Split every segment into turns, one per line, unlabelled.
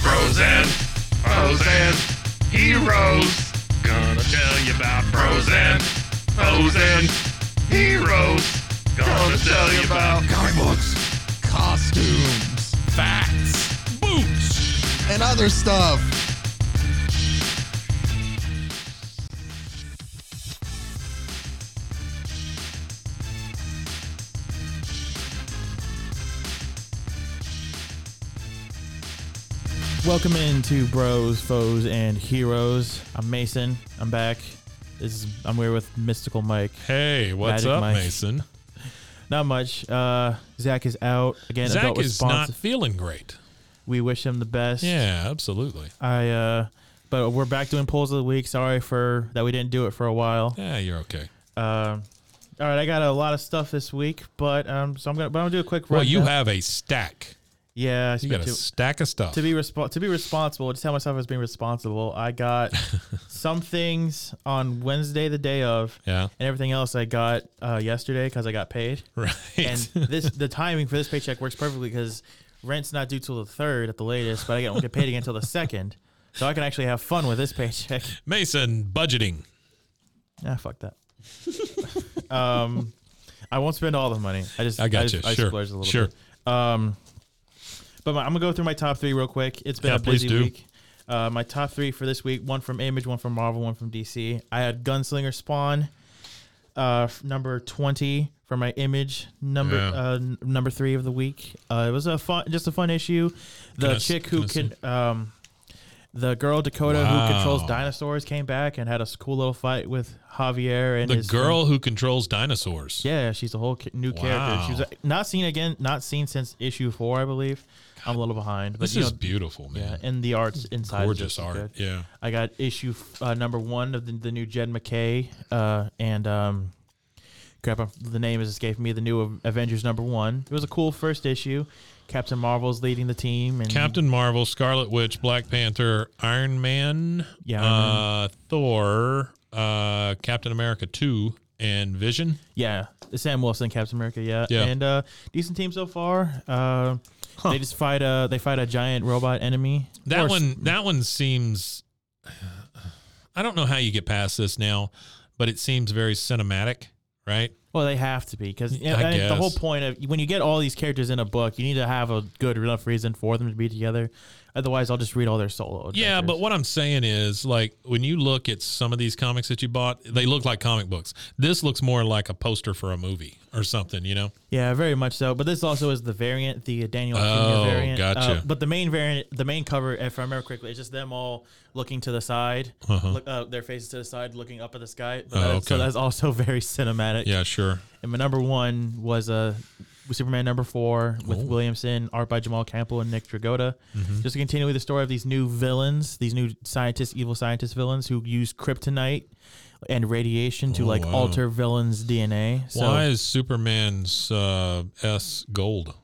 Frozen, frozen, heroes. Gonna tell you about frozen, frozen, heroes. Gonna tell you about
comic books, costumes,
facts, boots.
and other stuff.
Welcome into Bros, Foes, and Heroes. I'm Mason. I'm back. This is, I'm here with Mystical Mike.
Hey, what's
Magic
up,
Mike.
Mason?
Not much. Uh, Zach is out again.
Zach
adult
is
response.
not feeling great.
we wish him the best.
Yeah, absolutely.
I. Uh, but we're back doing polls of the week. Sorry for that we didn't do it for a while.
Yeah, you're okay.
Um all right, I got a lot of stuff this week, but um, so I'm gonna but I'm gonna do a quick.
Well, you
rundown.
have a stack.
Yeah, I
You
spent
got a
too-
stack of stuff.
to be respo- to be responsible, just tell myself I was being responsible. I got some things on Wednesday, the day of,
Yeah.
and everything else I got uh, yesterday because I got paid.
right.
And this the timing for this paycheck works perfectly because rent's not due till the third at the latest, but I don't get paid again until the second, so I can actually have fun with this paycheck.
Mason, budgeting.
Ah, fuck that. um, I won't spend all the money. I just
I got
just-
you.
I
sure.
splurged a little
sure.
bit. Um, but my, I'm gonna go through my top three real quick. It's been
Yeah,
a
please
busy
do.
week. Uh, my top three for this week: one from Image, one from Marvel, one from DC. I had Gunslinger Spawn, uh, f- number twenty for my Image number
Yeah.
uh, n- number three of the week. Uh, it was a fun, just a fun issue. The
Can I s-
chick
can
who
I see?
can, um, the girl Dakota who controls
Wow.
dinosaurs came back and had a s- cool little fight with Javier and
The
his
girl who controls dinosaurs.
yeah, she's a whole ki- new character. She was
Wow.
uh, not seen again, not seen since issue four, I believe. I'm a little behind, but
This
you
is
know,
beautiful,
yeah,
man.
and the art's inside. is
Gorgeous
just as
art.
good. Mm-hmm.
Yeah.
I got issue f- uh, number one of the, the new Jed McKay, uh, and um, crap, I'm, the name is escaping me. The new Av- Avengers number one. It was a cool first issue. Captain Marvel's leading the team, and
Captain Marvel, Scarlet Witch, Black Panther, Iron Man,
Yeah,
uh, Thor, uh, Captain America 2, and Vision.
Yeah, Sam Wilson, Captain America. Yeah,
Yeah.
and uh, decent team so far. Uh, They just fight a they fight a giant robot enemy.
That
Or s-
one that one seems I don't know how you get past this now, but it seems very cinematic, right?
Well, they have to be because
I
the whole
guess.
point of when you get all these characters in a book, you need to have a good enough reason for them to be together. Otherwise, I'll just read all their solo.
Yeah,
adventures.
but what I'm saying is like when you look at some of these comics that you bought, they look like comic books. This looks more like a poster for a movie or something, you know?
yeah, very much so. But this also is the variant, the Daniel
Oh,
Jr. variant. Uh,
gotcha.
but the main variant, the main cover, if I remember correctly, is just them all looking to the side, look, uh, their faces to the side, looking up at the sky. But
Uh-huh. Oh,
that- So
okay.
that's also very cinematic.
Yeah, sure.
And my number one was uh, Superman number four with
Oh.
Williamson, art by Jamal Campbell and Nick Dragotta.
Mm-hmm.
Just to continue with the story of these new villains, these new scientists, evil scientist villains who use kryptonite and radiation to
Oh,
like
wow.
alter villains' DNA. So
Why is Superman's uh, S gold?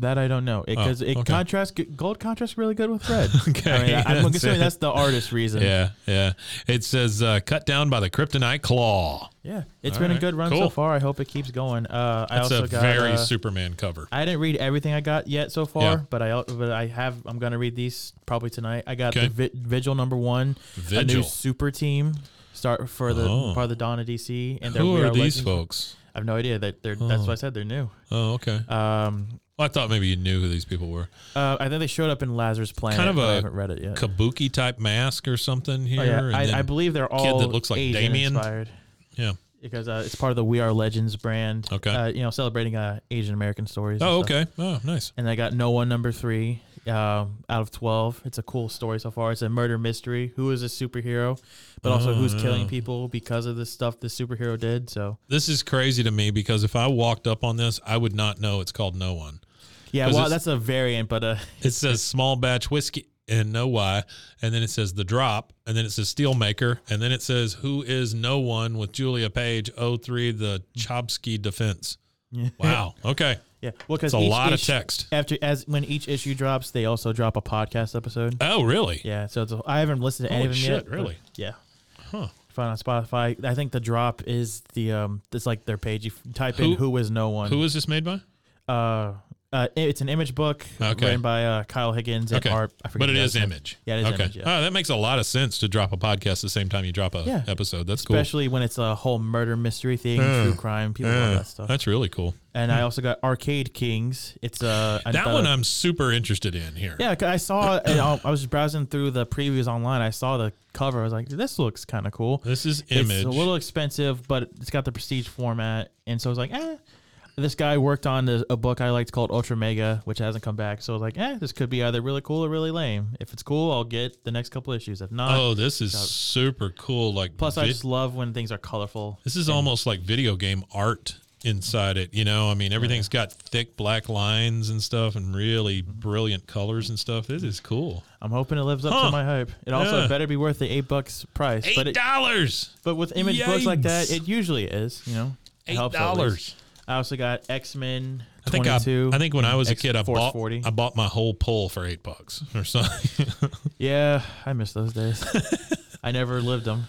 that I don't know because it
Oh, okay.
contrasts gold contrasts really good with red.
Okay,
I mean, I- I'm
that's
assuming
it.
that's the artist reason.
Yeah, yeah. It says uh, cut down by the kryptonite claw.
yeah. It's
All
been a
right,
good run so
cool.
far. I hope it keeps going. Uh, I
That's
also
a
got
very
uh,
Superman cover.
I didn't read everything I got yet so far,
Yeah.
but I al- but I have I'm gonna read these probably tonight. I got
Okay.
the vi- Vigil number one, a new
Vigil.
super team start for the
Oh.
part of the Dawn of DC, and their
Who
We
are these
Legends-
folks?
I have no idea that they're that's what I said they're new.
Oh, okay.
Um,
Well, I thought maybe you knew who these people were.
uh, I think they showed up in Lazarus Planet.
Kind of
but I
a
haven't read it yet.
Kabuki type mask or something here.
Oh, yeah,
and then-
I, I believe they're
that
all
looks like
Asian
Damien.
inspired
yeah.
because uh, it's part of the We Are Legends brand.
Okay.
uh, you know celebrating uh, Asian American stories. and
Oh,
stuff.
okay. Oh, nice.
And I got No One number three, um, out of 12. It's a cool story so far. It's a murder mystery. Who is a superhero, but also who's
Oh,
killing people because of the stuff the superhero did. So,
This is crazy to me because if I walked up on this, I would not know it's called No One.
yeah,
'Cause
well,
it's-
that's a variant, but uh,
It says small batch whiskey and no why, and then it says the drop, and then it says steelmaker, and then it says who is no one with Julia Page 03 the Chomsky defense. Wow. Okay.
yeah. Well, cause
It's a
each
lot of
ish-
text.
After as when each issue drops, they also drop a podcast episode.
Oh, really?
Yeah, so it's a, I haven't listened to any
Holy
of them
shit,
yet. but
really?
Yeah. Huh. Find on Spotify. I think the drop is the um. It's like their page. You f- type
Who-
in who is no one.
Who is this made by?
uh, uh, it's an image book
Okay.
written by uh, Kyle Higgins and
Okay.
Art. I forget
but it
the
is
other-
image.
Yeah, it is
okay.
image. Yeah.
Oh, that makes a lot of sense to drop a podcast the same time you drop a
Yeah.
episode. That's cool.
Especially when it's a whole murder mystery thing, true crime. People
Yeah,
love that stuff.
That's really cool.
and I also got Arcade Kings. It's uh,
That
another-
one I'm super interested in here.
Yeah, 'cause I saw. and I I was browsing through the previews online. I saw the cover. I was like, "This looks kind of cool."
This is
It's
image.
a little expensive, but it's got the prestige format, and so I was like, "Eh." This guy worked on a, a book I liked called Ultra Mega, which hasn't come back. So I was like, "Eh, this could be either really cool or really lame. If it's cool, I'll get the next couple issues. If not,
oh, this is super cool. Like
plus I
vid-
just love when things are colorful.
This is almost like video game art inside it. You know, I mean, everything's got thick black lines and stuff and really
Mm-hmm.
brilliant colors and stuff. This is cool.
I'm hoping it lives up
Huh.
to my hype. It also
Yeah.
better be worth the eight bucks price. but
Eight
it,
dollars.
But with image books like that,
Yikes.
it usually is. You know, It
Eight
helps at
dollars.
least. I also got X Men
I think I,
twenty-two.
I think when I was a
X-
kid, I
Force
bought
40.
I bought my whole pull for eight bucks or something.
yeah, I miss those days. I never lived them.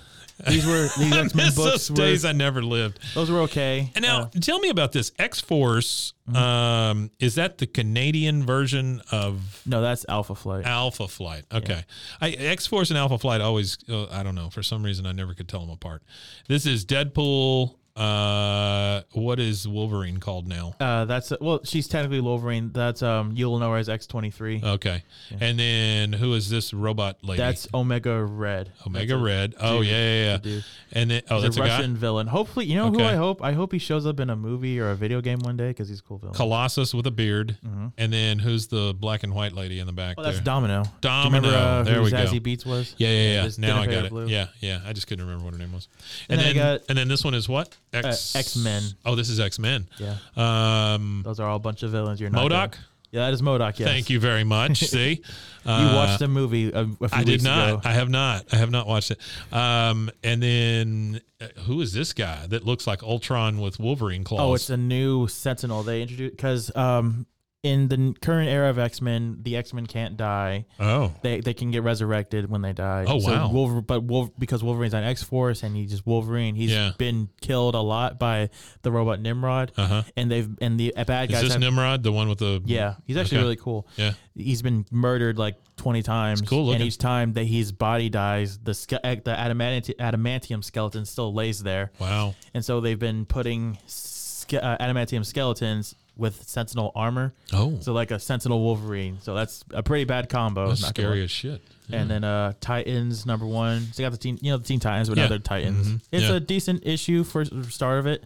These were these X Men
Miss
books.
those days
were,
I never lived.
those were okay.
And now,
Uh,
tell me about this X Force.
Mm-hmm.
Um, is that the Canadian version of
no, that's Alpha Flight.
Alpha Flight. Okay, I, X Force and Alpha Flight always. Uh, I don't know. For some reason, I never could tell them apart. This is Deadpool. Uh, what is Wolverine called now?
Uh, that's well, she's technically Wolverine. That's um, you'll know her as X twenty three.
Okay, and then who is this robot lady?
That's Omega Red.
Omega
That's a-
Red. Oh
dude,
yeah, yeah,
it's a
yeah.
dude.
And then oh,
He's
that's
a
a,
Russian
guy.
villain. Hopefully, you know who
Okay.
I hope. I hope he shows up in a movie or a video game one day because he's a cool villain.
Colossus with a beard. And then who's the black and white lady in the back?
Oh, that's
there?
Domino. Do you
Domino.
remember, uh,
There
who
we go.
Zazie Beats was.
Yeah, yeah, yeah.
this
Now
thinner
I
hair
got it.
blue.
Yeah, yeah. I just couldn't remember what her name was.
And
And,
then
then,
I got- uh,
and then this one is what? X
X-Men.
Oh, this is X Men.
Yeah.
Um,
Those are all a bunch of villains. You're not
Modoc.
gonna- Yeah, that is Modoc. Yes.
Thank you very much. See, Uh,
You watched the movie a, a few
I did
weeks
not.
ago.
I have not. I have not watched it. Um, and then uh, who is this guy that looks like Ultron with Wolverine claws?
Oh, it's a new Sentinel. They introduced because um, in the n- current era of X Men, the X Men can't die.
oh,
They, they can get resurrected when they die.
Oh,
so
wow.
Wolver- but Wolver- because Wolverine's on X Force and he's just Wolverine, He's
Yeah.
been killed a lot by the robot Nimrod.
Uh-huh.
And they've and the bad
is
guys.
this
have-
Nimrod, the one with the?
yeah, he's actually
Okay.
really cool.
Yeah.
he's been murdered like 20 times
cool
and
looking.
each time that his body dies the ske- eh, the adamanti- adamantium skeleton still lays there
Wow.
and so they've been putting ske- uh, adamantium skeletons with sentinel armor
Oh.
so like a sentinel wolverine so that's a pretty bad combo
That's
not gonna
scary
lie.
as shit.
and then uh titans number one so you got the teen you know the teen titans but
Yeah. Mm-hmm.
now they're titans it's
Yeah.
a decent issue for s- start of it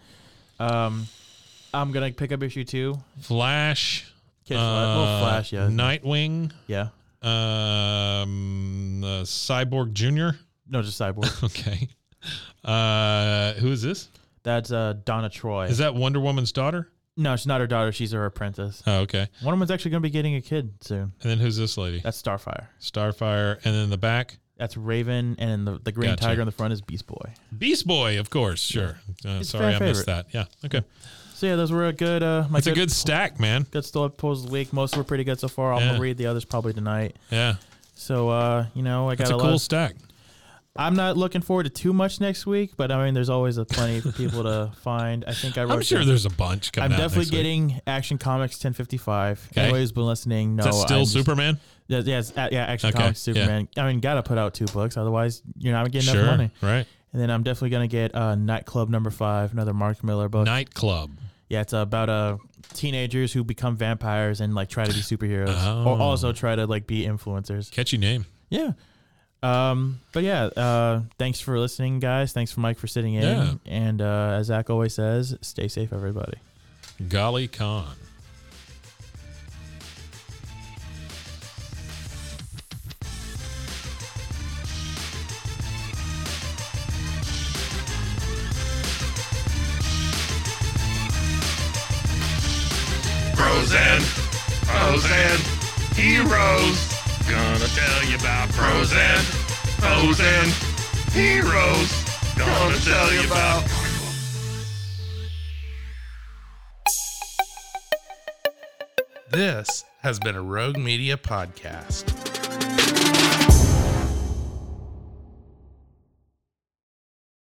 um i'm gonna pick up issue two
Flash.
Kid Flash- well, Flash, yeah.
Uh, Nightwing.
yeah
Um, uh, Cyborg Junior.
no just cyborg
Okay. Uh, who is this?
that's uh donna troy
Is that Wonder Woman's daughter?
No, she's not her daughter. She's her apprentice.
Oh, okay.
One of them's actually going to be getting a kid soon.
And then who's this lady?
That's Starfire.
Starfire. And then the back,
That's Raven, and then the, the green
Gotcha.
tiger in the front is Beast Boy.
Beast Boy, of course. Sure. Uh,
It's a
sorry, I
fan
missed that. Yeah. Okay.
So yeah, those were a good. Uh, my
It's a good stack, man.
good story pulls of the week. Most were pretty good so far. I'm
Yeah.
gonna read the others probably tonight.
Yeah.
So uh, you know, I got
It's a
a, lot.
cool stack.
I'm not looking forward to too much next week, but I mean, there's always a plenty of people to find. I think I wrote.
I'm sure
down-
there's a bunch coming
I'm
out.
definitely
next week.
getting Action Comics 1055.
Okay.
Anyways, been listening. No,
Is that still
I'm just-
Superman?
Yeah, yeah, it's- uh, yeah, Action
Okay,
Comics
yeah.
Superman. I mean, gotta put out two books, otherwise you're not getting
Sure.
enough money.
Right.
And then I'm definitely gonna get uh, Nightclub Number Five, another Mark Miller book.
Nightclub.
yeah, it's about uh, teenagers who become vampires and like try to be superheroes, or
Oh.
also try to like be influencers.
Catchy name.
Yeah. Um, but yeah, uh, thanks for listening, guys. Thanks for Mike for sitting in.
Yeah.
And uh, as Zach always says, stay safe, everybody.
Golly Khan.
Frozen, Frozen, heroes. Gonna tell you about Frozen, Frozen, heroes. Gonna tell you about.
This has been a Rogue Media podcast.